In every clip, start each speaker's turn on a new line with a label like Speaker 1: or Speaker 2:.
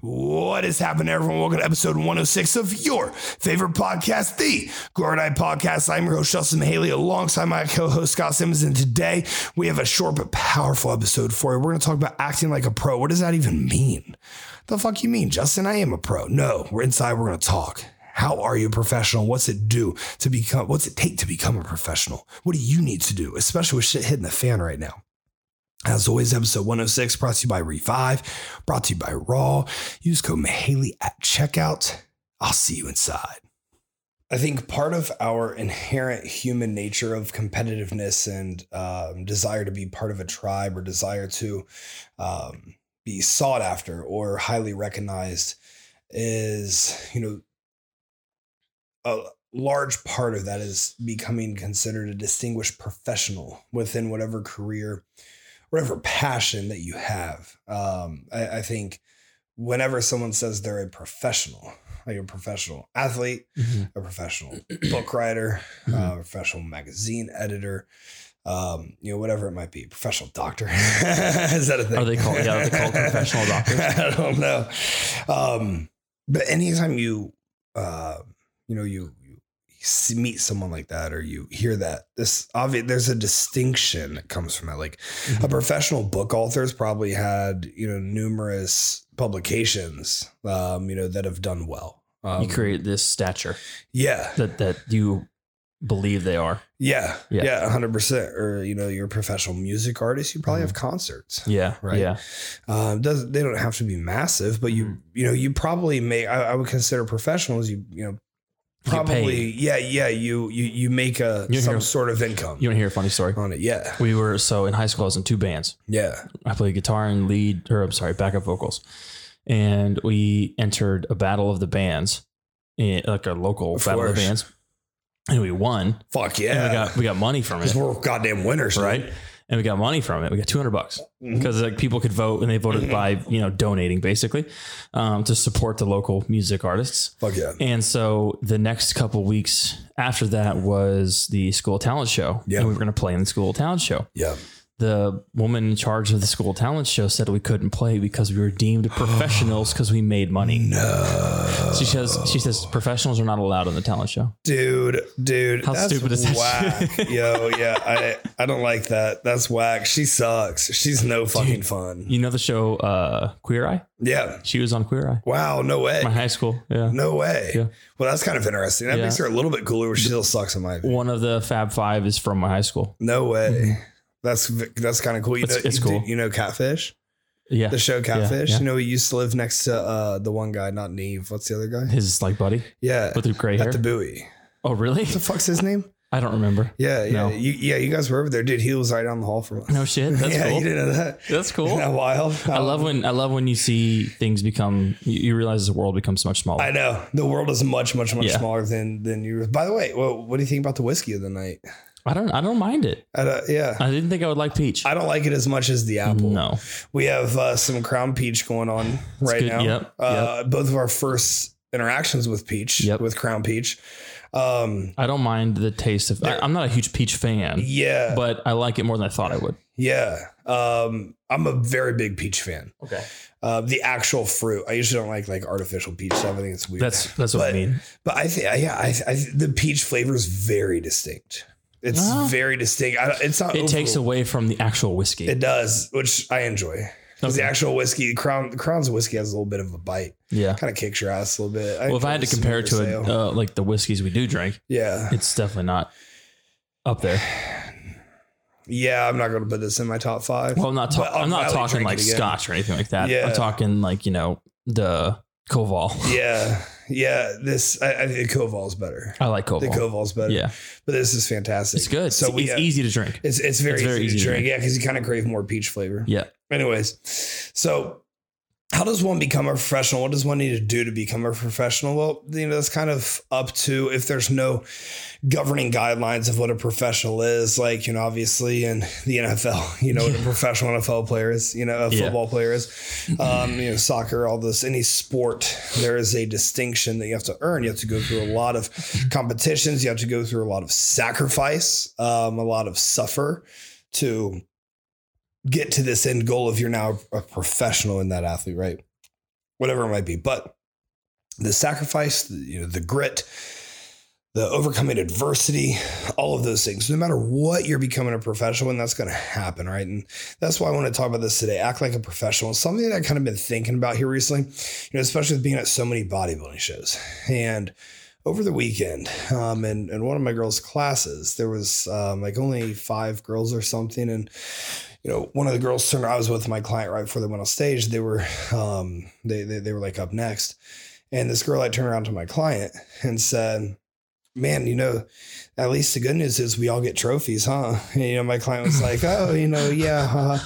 Speaker 1: What is happening, everyone? Welcome to episode 106 of your favorite podcast, the Glory Night Podcast. I'm your host, Justin Haley, alongside my co host, Scott Simmons. And today we have a short but powerful episode for you. We're going to talk about acting like a pro. What does that even mean? The fuck you mean, Justin? I am a pro. No, we're inside. We're going to talk. How are you a professional? What's it do to become? What's it take to become a professional? What do you need to do, especially with shit hitting the fan right now? As always, episode 106 brought to you by Revive, brought to you by Raw. Use code Mahaley at checkout. I'll see you inside. I think part of our inherent human nature of competitiveness and um, desire to be part of a tribe or desire to um, be sought after or highly recognized is, you know, a large part of that is becoming considered a distinguished professional within whatever career whatever passion that you have. Um, I, I think whenever someone says they're a professional, like a professional athlete, a professional book writer, uh, a professional magazine editor, um, you know, whatever it might be, professional doctor. Is that a thing?
Speaker 2: Are they called- yeah, are they called professional doctors?
Speaker 1: I don't know. Um, but anytime you, uh, you know, you, you see, meet someone like that or you hear that, this obvious, there's a distinction that comes from that. Like,
Speaker 2: Mm-hmm.
Speaker 1: a professional book author's probably had you know numerous publications um you know that have done well um,
Speaker 2: you create this stature
Speaker 1: yeah
Speaker 2: that that you believe they are.
Speaker 1: yeah
Speaker 2: Yeah.
Speaker 1: yeah 100% or you know you're a professional music artist you probably have
Speaker 2: Mm-hmm.
Speaker 1: concerts
Speaker 2: Yeah,
Speaker 1: Right.
Speaker 2: Yeah,
Speaker 1: um does they don't have to be massive but
Speaker 2: Mm-hmm.
Speaker 1: you you know you probably may I, I would consider professionals you you know probably
Speaker 2: paid.
Speaker 1: yeah yeah you you you make a
Speaker 2: You're
Speaker 1: some
Speaker 2: here-
Speaker 1: sort of income
Speaker 2: you want to hear a funny story?
Speaker 1: on it yeah
Speaker 2: We were so in high school. I was in two bands.
Speaker 1: yeah
Speaker 2: I played guitar and lead, or I'm sorry, backup vocals. And we entered a battle of the bands, eh, like a local
Speaker 1: Of
Speaker 2: battle of the
Speaker 1: course.
Speaker 2: bands, and we won.
Speaker 1: fuck
Speaker 2: And
Speaker 1: yeah
Speaker 2: we got we got money from it,
Speaker 1: 'Cause we're goddamn winners dude.
Speaker 2: right? And we got money from it. We got 200 bucks
Speaker 1: Mhm.
Speaker 2: because like people could vote, and they voted by you know donating basically um, to support the local music artists.
Speaker 1: fuck yeah
Speaker 2: And so the next couple weeks after that was the school talent show.
Speaker 1: Yeah.
Speaker 2: And we were going to play in the school talent show.
Speaker 1: yeah
Speaker 2: The woman in charge of the school talent show said we couldn't play because we were deemed professionals because we made money. No. She says she says professionals are not allowed on the talent show.
Speaker 1: Dude, dude,
Speaker 2: How stupid is that
Speaker 1: Whack.
Speaker 2: shit?
Speaker 1: Yo, yeah, I I don't like that. That's whack. She sucks. She's no fucking fun.
Speaker 2: You know the show uh, Queer Eye?
Speaker 1: Yeah.
Speaker 2: She was on Queer Eye.
Speaker 1: Wow. No way.
Speaker 2: My high school. Yeah.
Speaker 1: No way.
Speaker 2: Yeah.
Speaker 1: Well, that's kind of interesting. That
Speaker 2: Yeah.
Speaker 1: makes her a little bit cooler, but she still sucks in my opinion.
Speaker 2: One of the Fab Five is from my high school.
Speaker 1: No way. That's that's kind of cool. You
Speaker 2: It's-
Speaker 1: know,
Speaker 2: Mm-hmm. it's
Speaker 1: you,
Speaker 2: cool.
Speaker 1: you know, Catfish,
Speaker 2: Yeah.
Speaker 1: the show Catfish.
Speaker 2: yeah.
Speaker 1: You know, he used to live next to uh, the one guy, not Neve. What's the other guy?
Speaker 2: His like buddy
Speaker 1: Yeah,
Speaker 2: with the gray hair.
Speaker 1: at the buoy.
Speaker 2: oh, really?
Speaker 1: What the fuck's his name?
Speaker 2: I don't remember.
Speaker 1: Yeah, yeah,
Speaker 2: No.
Speaker 1: you, yeah. You guys were over there, dude. He was right down the hall from us.
Speaker 2: No shit. That's
Speaker 1: yeah,
Speaker 2: cool.
Speaker 1: you didn't know that.
Speaker 2: That's cool.
Speaker 1: Isn't that wild?
Speaker 2: I love when I love when you see things become you, you realize the world becomes much smaller.
Speaker 1: I know the world is much, much, much
Speaker 2: Yeah.
Speaker 1: smaller than than you. By the way, well, what do you think about the whiskey of the night?
Speaker 2: I don't I don't mind it.
Speaker 1: I don't, yeah,
Speaker 2: I didn't think I would like peach.
Speaker 1: I don't like it as much as the apple.
Speaker 2: no,
Speaker 1: We have uh, some Crown Peach going on right
Speaker 2: Mm-hmm. good.
Speaker 1: now.
Speaker 2: Yep,
Speaker 1: Uh, Both of our first interactions with Peach,
Speaker 2: Yep.
Speaker 1: with Crown Peach. Um,
Speaker 2: I don't mind the taste of. I, I'm not a huge peach fan,
Speaker 1: yeah,
Speaker 2: but I like it more than I thought I would.
Speaker 1: yeah. Um, I'm a very big peach fan.
Speaker 2: Okay,
Speaker 1: Uh, the actual fruit, I usually don't like like artificial peach stuff. I think it's weird.
Speaker 2: that's that's what I
Speaker 1: But-
Speaker 2: mean.
Speaker 1: But I think, yeah, I, I the peach flavor is very distinct. It's
Speaker 2: Well,
Speaker 1: very distinct. I, don't- it's not.
Speaker 2: Ah. It takes
Speaker 1: overall-
Speaker 2: away from the actual whiskey.
Speaker 1: It does, which I enjoy. 'Cause The
Speaker 2: Okay.
Speaker 1: actual whiskey, the crown, the crown's whiskey has a little bit of a bite.
Speaker 2: yeah.
Speaker 1: Kind of kicks your ass a little bit.
Speaker 2: Well, if I had to compare it to
Speaker 1: it,
Speaker 2: a, uh, like the whiskeys we do drink,
Speaker 1: yeah,
Speaker 2: it's definitely not up there.
Speaker 1: yeah, I'm not going to put this in my top five.
Speaker 2: Well, I'm not
Speaker 1: But
Speaker 2: talking.
Speaker 1: I'll
Speaker 2: I'm not
Speaker 1: gladly
Speaker 2: talking
Speaker 1: drink it
Speaker 2: like
Speaker 1: again.
Speaker 2: scotch or anything like that.
Speaker 1: Yeah.
Speaker 2: I'm talking like you know the Koval.
Speaker 1: Yeah, yeah. This I, I think the Koval's better.
Speaker 2: I like Koval.
Speaker 1: The Koval's better.
Speaker 2: yeah,
Speaker 1: but this is fantastic.
Speaker 2: it's good.
Speaker 1: So
Speaker 2: it's,
Speaker 1: we uh,
Speaker 2: it's
Speaker 1: have-
Speaker 2: easy to drink.
Speaker 1: It's it's very,
Speaker 2: It's very
Speaker 1: easy to
Speaker 2: easy to
Speaker 1: drink. Yeah, because you kind of crave more peach flavor.
Speaker 2: Yeah.
Speaker 1: Anyways, so how does one become a professional? What does one need to do to become a professional? Well, you know, that's kind of up to if there's no governing guidelines of what a professional is. Like, you know, obviously in the NFL, you know, what a professional NFL player is, you know, a
Speaker 2: Yeah.
Speaker 1: football player is, um, you know, soccer, all this, any sport, there is a distinction that you have to earn. You have to go through a lot of competitions. You have to go through a lot of sacrifice, um, a lot of suffer to get to this end goal if you're now a professional in that athlete, right? Whatever it might be. But the sacrifice, the, you know, the grit, the overcoming adversity, all of those things, no matter what you're becoming a professional, and that's going to happen, right? And that's why I want to talk about this today. Act like a professional. It's something that I've kind of been thinking about here recently, you know, especially with being at so many bodybuilding shows. And over the weekend, um, in, in one of my girls' classes, there was um, like only five girls or something. And you know, one of the girls turned. I was with my client right before they went on stage. They were, um, they they, they were like up next, and this girl I turned around to my client and said, "Man, you know, at least the good news is we all get trophies, huh?" And, you know, my client was like, "Oh, you know, yeah." huh?"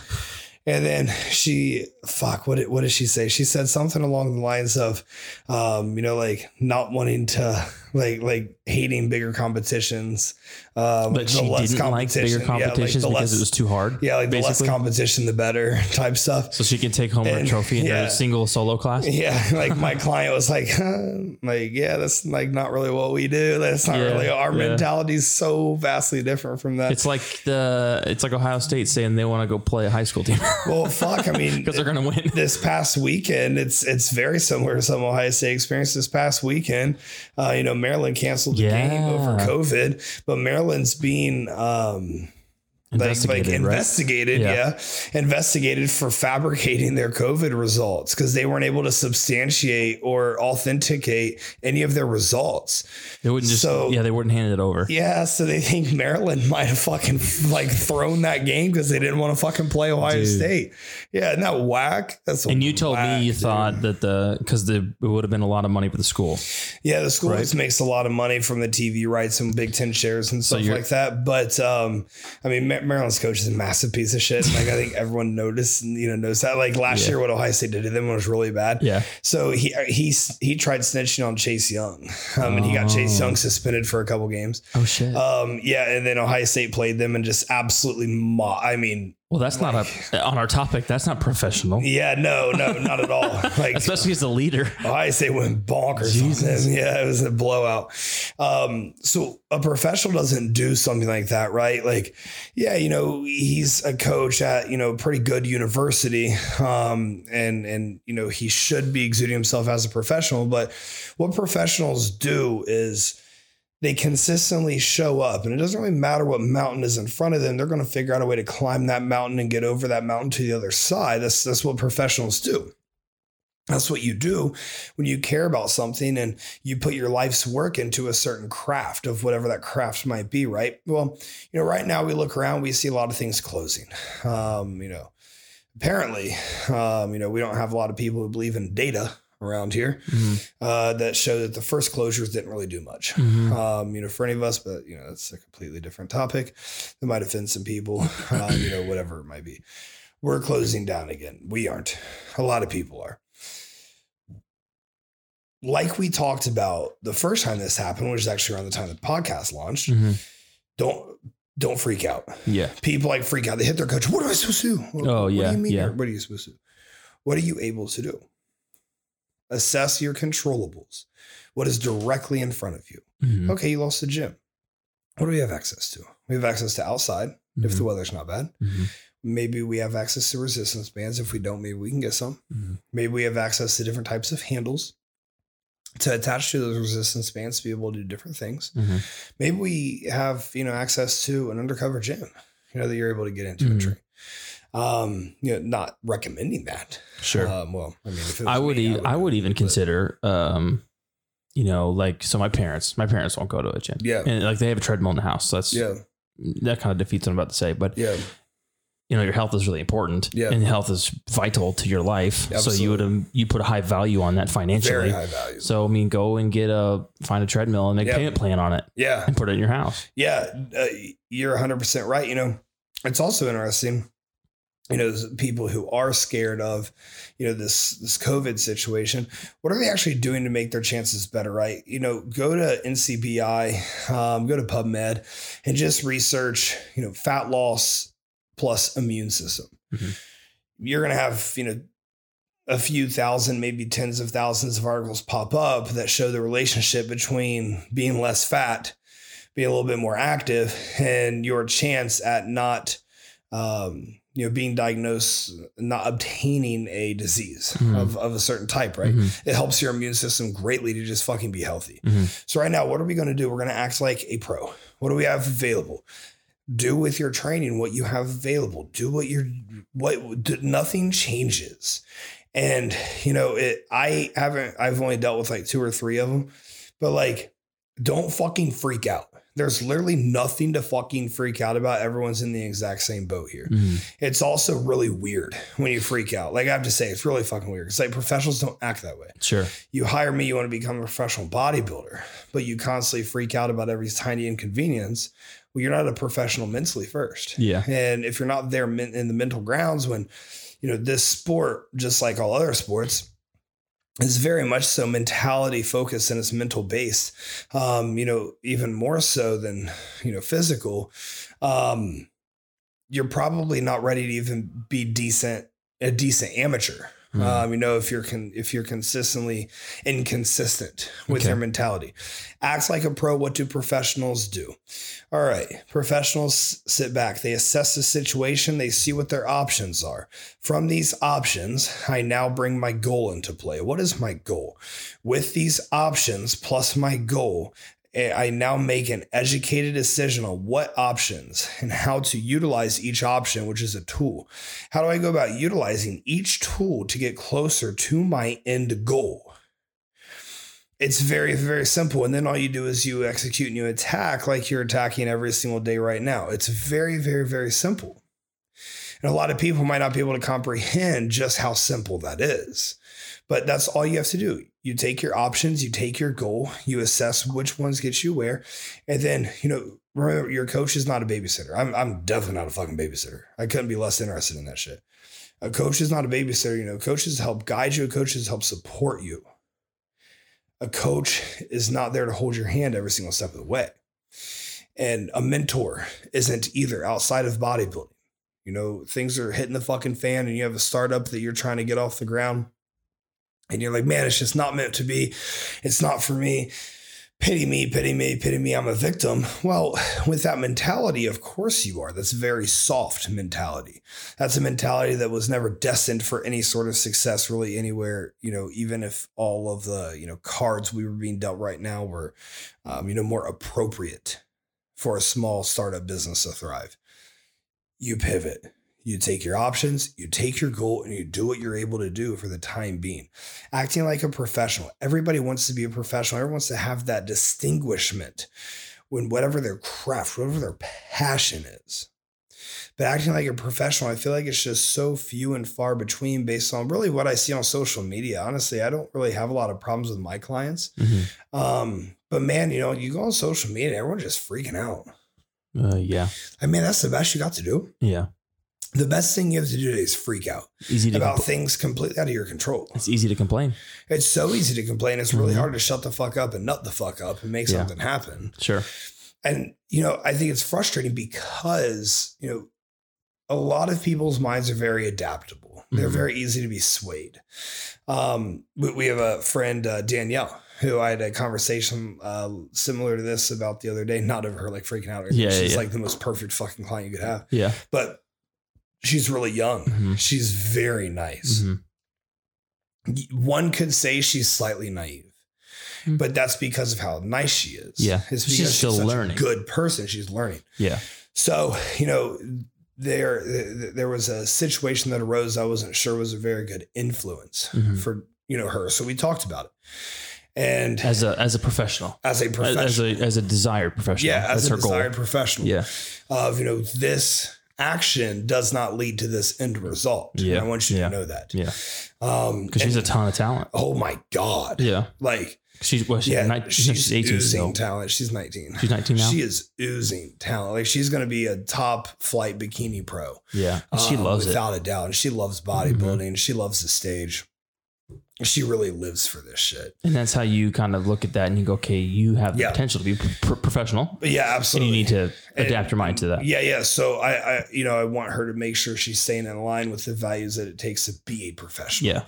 Speaker 1: And then she, fuck, what did, what did she say? She said something along the lines of, um, you know, like not wanting to, like, like hating bigger competitions. Um,
Speaker 2: But she didn't like bigger
Speaker 1: competition. Yeah, like,
Speaker 2: competitions
Speaker 1: the less-
Speaker 2: because it was too hard.
Speaker 1: yeah, like the
Speaker 2: basically.
Speaker 1: less competition, the better type stuff.
Speaker 2: so she can take home her
Speaker 1: And-
Speaker 2: trophy in
Speaker 1: yeah.
Speaker 2: her single solo class.
Speaker 1: Yeah, like my client was like, huh? like yeah, that's like not really what we do. That's not
Speaker 2: Yeah,
Speaker 1: really our
Speaker 2: yeah.
Speaker 1: mentality is so vastly different from that.
Speaker 2: It's like the it's like Ohio State saying they want to go play a high school team
Speaker 1: well, fuck. I mean,
Speaker 2: because they're going to win.
Speaker 1: this past weekend, it's it's very similar to some Ohio State experience this past weekend. Uh, you know, Maryland canceled the game
Speaker 2: Yeah.
Speaker 1: over COVID, but Maryland's being um, like, like
Speaker 2: Investigated, right?
Speaker 1: investigated,
Speaker 2: Yeah.
Speaker 1: yeah. investigated for fabricating their COVID results because they weren't able to substantiate or authenticate any of their results.
Speaker 2: They wouldn't just
Speaker 1: So-
Speaker 2: yeah they wouldn't hand it over.
Speaker 1: Yeah, so they think Maryland might have fucking like thrown that game because they didn't want to fucking play Ohio
Speaker 2: Dude.
Speaker 1: State. Yeah, isn't that whack? That's
Speaker 2: And you told
Speaker 1: whack,
Speaker 2: me you
Speaker 1: dude.
Speaker 2: thought that the because the it would have been a lot of money for the school.
Speaker 1: Yeah, the school
Speaker 2: Right.
Speaker 1: just makes a lot of money from the TV rights and Big Ten shares and stuff
Speaker 2: you're-
Speaker 1: like that. But um, I mean, Ma- Maryland's coach is a massive piece of shit. Like I think everyone noticed, you know, knows that. Like last
Speaker 2: Yeah.
Speaker 1: year, what Ohio State did to them was really bad.
Speaker 2: Yeah.
Speaker 1: So he uh, he he tried snitching on Chase Young, um, and he got Chase
Speaker 2: Oh.
Speaker 1: Young suspended for a couple games.
Speaker 2: Oh shit.
Speaker 1: Um, yeah, and then Ohio State played them and just absolutely. Mo- I mean,
Speaker 2: well, that's not a on our topic. That's not professional,
Speaker 1: yeah, no, no, not at all. Like
Speaker 2: especially as the leader.
Speaker 1: Oh, I say went bonkers. on
Speaker 2: Jesus.
Speaker 1: them. Yeah, it was a blowout. Um, so a professional doesn't do something like that, right? Like, yeah, you know, he's a coach at, you know, pretty good university. Um, and and you know, he should be exuding himself as a professional, but what professionals do is they consistently show up and it doesn't really matter what mountain is in front of them they're going to figure out a way to climb that mountain and get over that mountain to the other side that's that's what professionals do that's what you do when you care about something and you put your life's work into a certain craft of whatever that craft might be, right? Well, you know, right now we look around, we see a lot of things closing. Um, you know, apparently, um, you know, we don't have a lot of people who believe in data around here
Speaker 2: Mhm.
Speaker 1: uh, that show that the first closures didn't really do much.
Speaker 2: Mhm.
Speaker 1: Um, you know, for any of us, but you know, that's a completely different topic that might offend some people, um, you know, whatever it might be. We're closing down again. We aren't. A lot of people are. Like we talked about the first time this happened, which is actually around the time the podcast launched,
Speaker 2: Mhm.
Speaker 1: don't don't freak out.
Speaker 2: Yeah.
Speaker 1: People like freak out. They hit their coach. What am I supposed to do? What,
Speaker 2: Oh,
Speaker 1: what
Speaker 2: yeah,
Speaker 1: do you mean?
Speaker 2: yeah.
Speaker 1: you're- What are you supposed to do? What are you able to do? Assess your controllables. What is directly in front of you?
Speaker 2: Mhm.
Speaker 1: Okay, you lost the gym. What do we have access to? We have access to outside if
Speaker 2: Mm-hmm.
Speaker 1: the weather's not bad.
Speaker 2: Mhm.
Speaker 1: Maybe we have access to resistance bands. If we don't, maybe we can get some.
Speaker 2: Mhm.
Speaker 1: Maybe we have access to different types of handles to attach to those resistance bands to be able to do different things.
Speaker 2: Mhm.
Speaker 1: Maybe we have, you know, access to an undercover gym, you know, that you're able to get into and
Speaker 2: Mhm.
Speaker 1: train. Um, you know, not recommending that.
Speaker 2: Sure.
Speaker 1: Um, well, I mean, if it was
Speaker 2: I would,
Speaker 1: me,
Speaker 2: e- I would even consider, um, you know, like so. My parents, my parents won't go to a gym.
Speaker 1: Yeah.
Speaker 2: and like they have a treadmill in the house. So that's
Speaker 1: Yeah,
Speaker 2: that kind of defeats what I'm about to say. But
Speaker 1: yeah,
Speaker 2: you know, your health is really important.
Speaker 1: Yeah.
Speaker 2: and health is vital to your life. So
Speaker 1: Absolutely.
Speaker 2: you would um, you put a high value on that
Speaker 1: very
Speaker 2: financially.
Speaker 1: high value.
Speaker 2: So I mean, go and get a find a treadmill and make
Speaker 1: Yeah.
Speaker 2: a payment plan on it
Speaker 1: Yeah,
Speaker 2: and put it in your house.
Speaker 1: Yeah, uh, you're 100% right. You know, it's also interesting. you know people who are scared of you know this this covid situation what are they actually doing to make their chances better right you know go to ncbi um, go to pubmed and just research you know fat loss plus immune system
Speaker 2: Mhm.
Speaker 1: you're going to have you know a few thousand maybe tens of thousands of articles pop up that show the relationship between being less fat being a little bit more active and your chance at not um, you know, being diagnosed, not obtaining a disease
Speaker 2: Mhm.
Speaker 1: of, of a certain type, right?
Speaker 2: Mhm.
Speaker 1: It helps your immune system greatly to just fucking be healthy.
Speaker 2: Mhm.
Speaker 1: So right now, what are we going to do? We're going to act like a pro. What do we have available? Do with your training what you have available. Do what you're what d- nothing changes. And you know, it I haven't I've only dealt with like two or three of them. But like don't fucking freak out. There's literally nothing to fucking freak out about. Everyone's in the exact same boat here
Speaker 2: Mhm.
Speaker 1: it's also really weird when you freak out. Like I have to say, it's really fucking weird. It's like professionals don't act that way.
Speaker 2: Sure.
Speaker 1: You hire me, you want to become a professional bodybuilder, but you constantly freak out about every tiny inconvenience. Well, you're not a professional mentally first.
Speaker 2: Yeah.
Speaker 1: And if you're not there men- in the mental grounds when, you know, this sport, just like all other sports, is very much so mentality focused and it's mental based, um, you know, even more so than, you know, physical. Um, you're probably not ready to even be decent, a decent amateur.
Speaker 2: Mhm.
Speaker 1: Um, you know, if you're con- if you're consistently inconsistent with
Speaker 2: Okay.
Speaker 1: your mentality, acts like a pro. What do professionals do? All right. Professionals sit back. They assess the situation. They see what their options are. From these options, I now bring my goal into play. What is my goal? With these options plus my goal, eh, I now make an educated decision on what options and how to utilize each option, which is a tool. How do I go about utilizing each tool to get closer to my end goal? it's very very simple and then all you do is you execute and you attack like you're attacking every single day right now it's very very very simple and a lot of people might not be able to comprehend just how simple that is but that's all you have to do you take your options you take your goal you assess which ones get you where and then you know remember your coach is not a babysitter i'm, I'm definitely not a fucking babysitter i couldn't be less interested in that shit a coach is not a babysitter you know coaches help guide you coaches help support you a coach is not there to hold your hand every single step of the way. And a mentor isn't either outside of bodybuilding. You know, things are hitting the fucking fan and you have a startup that you're trying to get off the ground. And you're like, man, it's just not meant to be. It's not for me. Pity me, pity me, pity me. I'm a victim. Well, with that mentality, of course you are. That's a very soft mentality. That's a mentality that was never destined for any sort of success, really, anywhere. You know, even if all of the you know cards we were being dealt right now were, um, you know, more appropriate for a small startup business to thrive. You pivot. You take your options, you take your goal, and you do what you're able to do for the time being acting like a professional. Everybody wants to be a professional. Everyone wants to have that distinguishment when whatever their craft, whatever their passion is. But acting like a professional, I feel like it's just so few and far between based on really what I see on social media. Honestly, I don't really have a lot of problems with my clients.
Speaker 2: Mhm.
Speaker 1: Um, but man, you know, you go on social media, everyone's just freaking out.
Speaker 2: Uh, yeah.
Speaker 1: I mean, that's the best you got to do.
Speaker 2: Yeah.
Speaker 1: The best thing you have to do today is freak out
Speaker 2: Easy to.
Speaker 1: about
Speaker 2: compl-
Speaker 1: things completely out of your control.
Speaker 2: it's easy to complain.
Speaker 1: It's so easy to complain. It's really
Speaker 2: Mhm.
Speaker 1: hard to shut the fuck up and nut the fuck up and make
Speaker 2: Yeah.
Speaker 1: something happen.
Speaker 2: Sure.
Speaker 1: And, you know, I think it's frustrating because, you know, a lot of people's minds are very adaptable. They're
Speaker 2: Mhm.
Speaker 1: very easy to be swayed. Um, we, we have a friend, uh, Danielle, who I had a conversation uh, similar to this about the other day, not of her like freaking out. or anything.
Speaker 2: Yeah, yeah,
Speaker 1: She's
Speaker 2: yeah.
Speaker 1: like the most perfect fucking client you could have,
Speaker 2: Yeah.
Speaker 1: but she's really young.
Speaker 2: Mhm.
Speaker 1: She's very nice
Speaker 2: Mhm. Mm-hmm.
Speaker 1: one could say she's slightly naive,
Speaker 2: Hmm.
Speaker 1: but that's because of how nice she is.
Speaker 2: Yeah.
Speaker 1: it's because
Speaker 2: She's
Speaker 1: she's,
Speaker 2: still
Speaker 1: such
Speaker 2: learning.
Speaker 1: A good person. She's learning.
Speaker 2: Yeah.
Speaker 1: So you know, there th- there was a situation that arose. I wasn't sure was a very good influence
Speaker 2: Mhm.
Speaker 1: for you know her. So we talked about it, and as,
Speaker 2: As a as a professional.
Speaker 1: a
Speaker 2: As-
Speaker 1: professional,
Speaker 2: As a as a desired professional.
Speaker 1: yeah, as
Speaker 2: That's
Speaker 1: a
Speaker 2: her goal.
Speaker 1: desired professional,
Speaker 2: Yeah.
Speaker 1: of you know this action does not lead to this end result. And
Speaker 2: Yeah,
Speaker 1: I want you
Speaker 2: yeah,
Speaker 1: to know that.
Speaker 2: Yeah.
Speaker 1: Um,
Speaker 2: Because she's a
Speaker 1: and-
Speaker 2: ton of talent.
Speaker 1: oh my god,
Speaker 2: Yeah.
Speaker 1: like
Speaker 2: She's, well, she's,
Speaker 1: yeah,
Speaker 2: nine- she's,
Speaker 1: she's,
Speaker 2: eighteen.
Speaker 1: oozing
Speaker 2: So
Speaker 1: talent. She's nineteen.
Speaker 2: she's nineteen now.
Speaker 1: She is oozing talent. Like she's going to be a top flight bikini pro.
Speaker 2: yeah, And she
Speaker 1: um,
Speaker 2: loves it.
Speaker 1: without a doubt. And she loves bodybuilding. She loves the stage. She really lives for this shit.
Speaker 2: And that's how you kind of look at that and you go, okay, you have the
Speaker 1: Yeah.
Speaker 2: potential to be pr- professional,
Speaker 1: But yeah,
Speaker 2: and
Speaker 1: absolutely.
Speaker 2: you need to
Speaker 1: And-
Speaker 2: adapt your mind to that.
Speaker 1: Yeah, yeah. So I, I, you know, I want her to make sure she's staying in line with the values that it takes to be a professional.
Speaker 2: Yeah.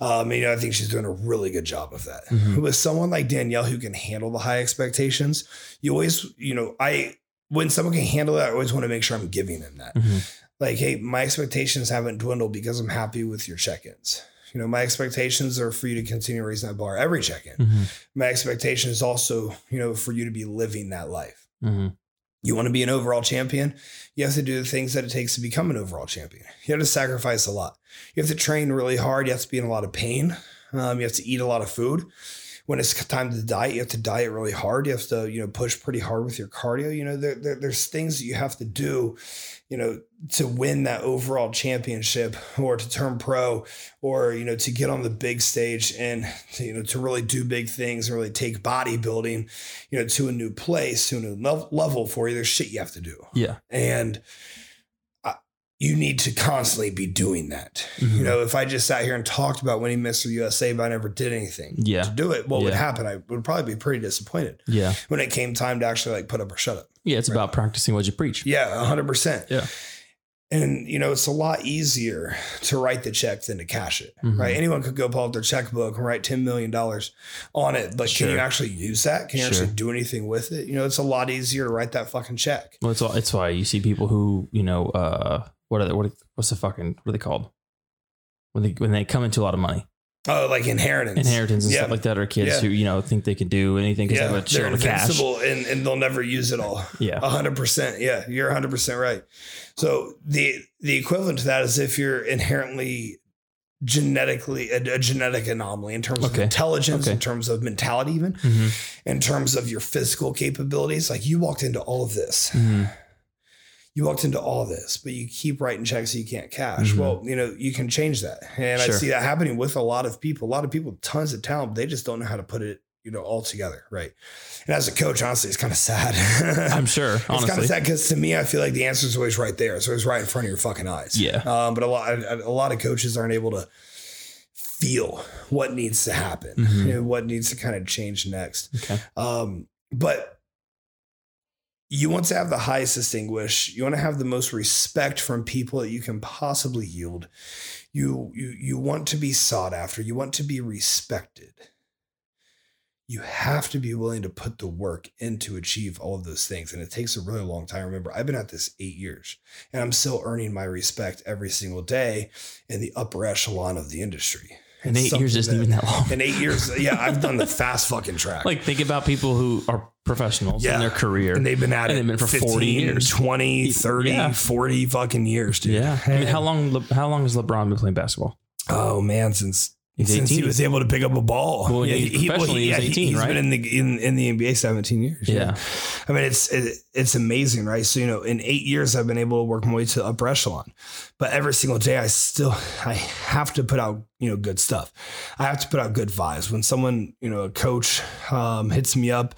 Speaker 1: Um, you know, I think she's doing a really good job of that.
Speaker 2: Mhm.
Speaker 1: With someone like Danielle who can handle the high expectations, you always, you know, I when someone can handle that, I always want to make sure I'm giving them that.
Speaker 2: Mhm.
Speaker 1: Like, hey, my expectations haven't dwindled because I'm happy with your check-ins. You know, my expectations are for you to continue raising that bar every check-in.
Speaker 2: Mhm.
Speaker 1: My expectation is also, you know, for you to be living that life.
Speaker 2: Mhm.
Speaker 1: You want to be an overall champion? You have to do the things that it takes to become an overall champion. You have to sacrifice a lot. You have to train really hard. You have to be in a lot of pain. Um, you have to eat a lot of food. When it's time to diet, you have to diet really hard. You have to, you know, push pretty hard with your cardio. You know, there, there, there's things that you have to do, you know, to win that overall championship or to turn pro or, you know, to get on the big stage and, to, you know, to really do big things and really take bodybuilding you know, to a new place, to a new lev- level for you. There's shit you have to do.
Speaker 2: Yeah.
Speaker 1: And uh, you need to constantly be doing that.
Speaker 2: Mhm.
Speaker 1: You know, if I just sat here and talked about winning Mr. USA, but I never did anything
Speaker 2: Yeah.
Speaker 1: to do it, what would
Speaker 2: Yeah.
Speaker 1: happen? I would probably be pretty disappointed
Speaker 2: Yeah.
Speaker 1: when it came time to actually like put up or shut up.
Speaker 2: Yeah. It's about practicing what you preach.
Speaker 1: Yeah, hundred percent.
Speaker 2: Yeah.
Speaker 1: And you know, it's a lot easier to write the check than to cash it.
Speaker 2: Mhm.
Speaker 1: Right. Anyone could go pull out their checkbook and write $10 million on it, but
Speaker 2: Sure.
Speaker 1: can you actually use that? Can you
Speaker 2: Sure.
Speaker 1: actually do anything with it? You know, it's a lot easier to write that fucking check.
Speaker 2: Well, it's all, it's why you see people who you know uh what are they, what are, what's the fucking what are they called when they when they come into a lot of money
Speaker 1: Oh, like inheritance.
Speaker 2: inheritance and
Speaker 1: yeah.
Speaker 2: stuff like that or kids
Speaker 1: Yeah.
Speaker 2: who you know think they can do anything because
Speaker 1: yeah,
Speaker 2: they have a
Speaker 1: they're
Speaker 2: shitload of cash.
Speaker 1: invincible Uh, and, and they'll never use it all.
Speaker 2: Yeah.
Speaker 1: A hundred percent. Yeah, you're a hundred percent right. So the the equivalent to that is if you're inherently genetically a, a genetic anomaly in terms
Speaker 2: Okay.
Speaker 1: of intelligence,
Speaker 2: Okay.
Speaker 1: in terms of mentality, even
Speaker 2: Mhm.
Speaker 1: in terms of your physical capabilities. Like you walked into all of this.
Speaker 2: Mhm.
Speaker 1: You walked into all this, but you keep writing checks that you can't cash.
Speaker 2: Mhm.
Speaker 1: Well, you know, you can change that. And I
Speaker 2: Sure.
Speaker 1: see that happening with a lot of people. A lot of people, with tons of talent, but they just don't know how to put it, you know, all together. Right. And as a coach, honestly, it's kind of sad.
Speaker 2: I'm sure.
Speaker 1: It's kind
Speaker 2: Honestly,
Speaker 1: of sad because to me, I feel like the answer is always right there. So it's right in front of your fucking eyes.
Speaker 2: Yeah.
Speaker 1: Um, but a lot, a a lot of coaches aren't able to feel what needs to happen
Speaker 2: Mhm.
Speaker 1: and what needs to kind of change next.
Speaker 2: Okay.
Speaker 1: Um, but you want to have the highest distinguish. You want to have the most respect from people that you can possibly yield. You you you want to be sought after. You want to be respected. You have to be willing to put the work in to achieve all of those things. And it takes a really long time. Remember, I've been at this eight years and I'm still earning my respect every single day in the upper echelon of the industry.
Speaker 2: and
Speaker 1: It's
Speaker 2: eight years
Speaker 1: something
Speaker 2: isn't even that long.
Speaker 1: in eight years, yeah, I've done the fast fucking track.
Speaker 2: Like think about people who are professionals
Speaker 1: Yeah.
Speaker 2: in their career.
Speaker 1: and they've been at
Speaker 2: and
Speaker 1: it,
Speaker 2: they've been for 40 years.
Speaker 1: 20, 30,
Speaker 2: Yeah.
Speaker 1: 40 fucking years, dude.
Speaker 2: yeah. I mean, how long Le- how long has LeBron been playing basketball?
Speaker 1: Oh man, since
Speaker 2: He's
Speaker 1: since he
Speaker 2: 18.
Speaker 1: was able to pick up a ball.
Speaker 2: Well, he- professionally, he was 18,
Speaker 1: has
Speaker 2: right?
Speaker 1: been in the in, in the NBA 17 years.
Speaker 2: Yeah.
Speaker 1: I mean, it's it, it's amazing, right? So you know, in eight years, I've been able to work my way to the upper echelon, but every single day, I still I have to put out you know good stuff. I have to put out good vibes. When someone you know a coach um, hits me up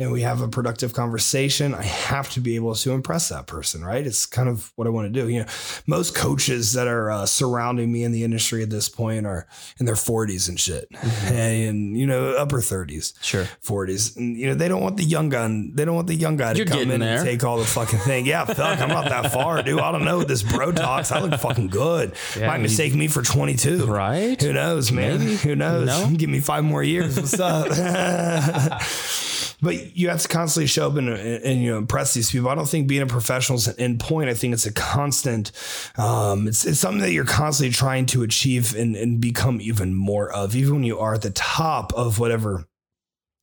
Speaker 1: and we have a productive conversation, I have to be able to impress that person, right? It's kind of what I want to do. You know, most coaches that are uh, surrounding me in the industry at this point are in their 40s and shit, and you know upper 30s
Speaker 2: Mm-hmm. Sure.
Speaker 1: 40s. And, you know, they don't want the young gun. They don't want the young guy to
Speaker 2: You're
Speaker 1: come
Speaker 2: getting
Speaker 1: in
Speaker 2: there.
Speaker 1: and take all the fucking thing. Yeah, fuck, I'm not that far, dude. I don't know. This bro talks. I look fucking good.
Speaker 2: Yeah,
Speaker 1: Might
Speaker 2: you-
Speaker 1: mistake me for 22.
Speaker 2: Right.
Speaker 1: Who knows, man?
Speaker 2: Maybe.
Speaker 1: Who knows?
Speaker 2: No?
Speaker 1: Give me five more years. What's up? but you have to constantly show up and, and, and, you know impress these people. I don't think being a professional is an end point. I think it's a constant. Um, it's it's something that you're constantly trying to achieve and and become even more of, even when you are at the top of whatever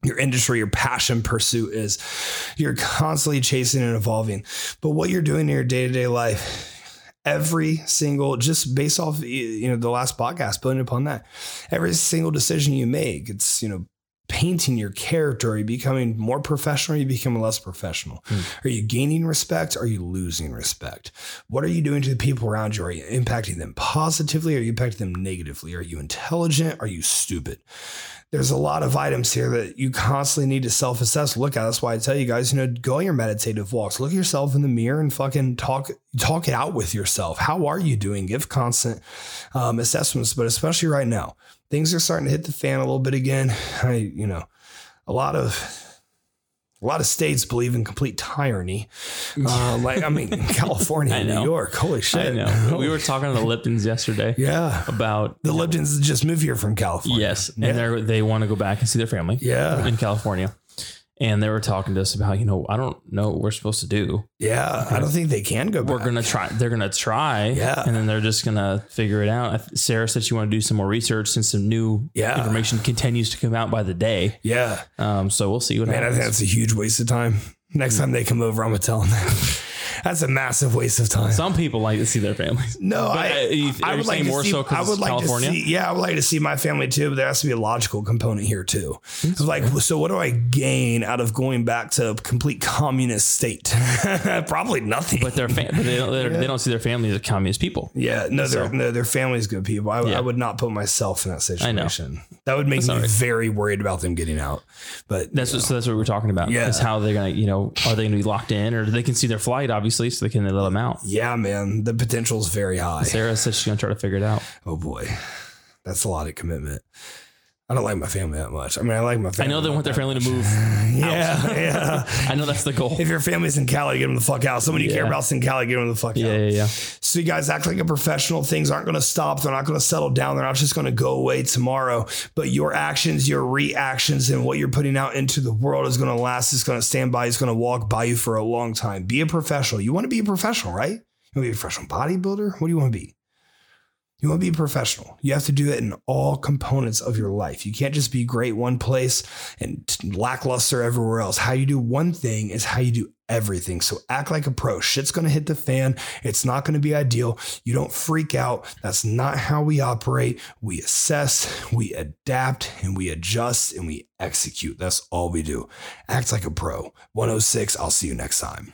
Speaker 1: your industry, your passion pursuit is. You're constantly chasing and evolving. But what you're doing in your day to day life, every single, just based off, you know, the last podcast, building upon that, every single decision you make, it's, you know, painting your character? Are you becoming more professional? Or are you becoming less professional? Are you gaining respect? Are you losing respect? What are you doing to the people around you? Are you impacting them positively? Are you impacting them negatively? Are you intelligent? Are you stupid? There's a lot of items here that you constantly need to self assess. Look at. That's why I tell you guys, you know, go on your meditative walks, look at yourself in the mirror and fucking talk, talk it out with yourself. How are you doing? Give constant um, assessments, but especially right now, things are starting to hit the fan a little bit again. I, you know, a lot of a lot of states believe in complete tyranny. Uh, like I mean, California,
Speaker 2: I
Speaker 1: and New
Speaker 2: know.
Speaker 1: York, holy shit!
Speaker 2: I know. We were talking to the Liptons yesterday
Speaker 1: yeah,
Speaker 2: about
Speaker 1: the Liptons just moved here from California.
Speaker 2: yes, and they're they want to go back and see their family.
Speaker 1: Yeah.
Speaker 2: in California, and they were talking to us about you know I don't know what we're supposed to do.
Speaker 1: Yeah, I don't think they can go back.
Speaker 2: We're gonna try. They're gonna try.
Speaker 1: Yeah.
Speaker 2: and then they're just gonna figure it out. I th- Sarah said she wanted to do some more research since some new
Speaker 1: Yeah.
Speaker 2: information continues to come out by the day.
Speaker 1: yeah,
Speaker 2: Um, so we'll see what
Speaker 1: man, I
Speaker 2: happens.
Speaker 1: think that's a huge waste of time. Next time they come over, I'm gonna tell them that. that's a massive waste of time.
Speaker 2: Some people like to see their families.
Speaker 1: No,
Speaker 2: But, uh, you-
Speaker 1: I, I
Speaker 2: are you
Speaker 1: would like
Speaker 2: saying
Speaker 1: to
Speaker 2: more
Speaker 1: see,
Speaker 2: so 'cause
Speaker 1: I would
Speaker 2: it's
Speaker 1: like
Speaker 2: California?
Speaker 1: to see, yeah, I would like to see my family too, but there has to be a logical component here too. Of like, so what do I gain out of going back to a complete communist state? Probably nothing.
Speaker 2: But their fam- but they don't they're- they don't see their family as communist people.
Speaker 1: yeah, no, their
Speaker 2: So-
Speaker 1: no, their family's good people. I,
Speaker 2: Yeah.
Speaker 1: I would not put myself in that
Speaker 2: know.
Speaker 1: situation. That would make me
Speaker 2: alright.
Speaker 1: very worried about them getting out. But
Speaker 2: That's what, so that's what we're talking about.
Speaker 1: Yeah.
Speaker 2: Is how they're gonna you know are they gonna be locked in or they can see their flight obviously so they can let them out.
Speaker 1: yeah, man, the potential's very high.
Speaker 2: Sarah said she's gonna try to figure it out.
Speaker 1: Oh boy, that's a lot of commitment. I don't like my family that much. I mean, I like my
Speaker 2: I
Speaker 1: family.
Speaker 2: know they want their family to move.
Speaker 1: Yeah, yeah.
Speaker 2: I know that's the goal.
Speaker 1: If your family's in Cali, get them the fuck out. Someone you care
Speaker 2: Yeah.
Speaker 1: about's in Cali, get them the fuck
Speaker 2: Yeah,
Speaker 1: out.
Speaker 2: yeah, yeah.
Speaker 1: So you guys act like a professional. Things aren't going to stop. They're not going to settle down. They're not just going to go away tomorrow. But your actions, your reactions, and what you're putting out into the world is going to last. It's going to stand by. It's going to walk by you for a long time. Be a professional. You want to be a professional, right? You want to be a professional bodybuilder? What do you want to be? You want to be a professional. You have to do it in all components of your life. You can't just be great one place and t- lackluster everywhere else. How you do one thing is how you do everything. So act like a pro. Shit's going to hit the fan. It's not going to be ideal. You don't freak out. That's not how we operate. We assess, we adapt, and we adjust and we execute. That's all we do. Act like a pro. 106. I'll see you next time.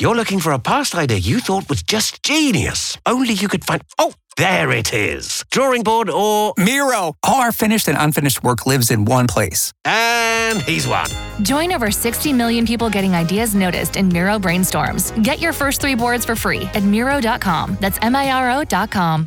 Speaker 3: you're looking for a past idea you thought was just genius. Only you could find. Oh, there it is. Drawing board or.
Speaker 4: Miro! All our finished and unfinished work lives in one place.
Speaker 3: And he's won.
Speaker 5: Join over 60 million people getting ideas noticed in Miro brainstorms. Get your first three boards for free at Miro.com. That's M I R O.com.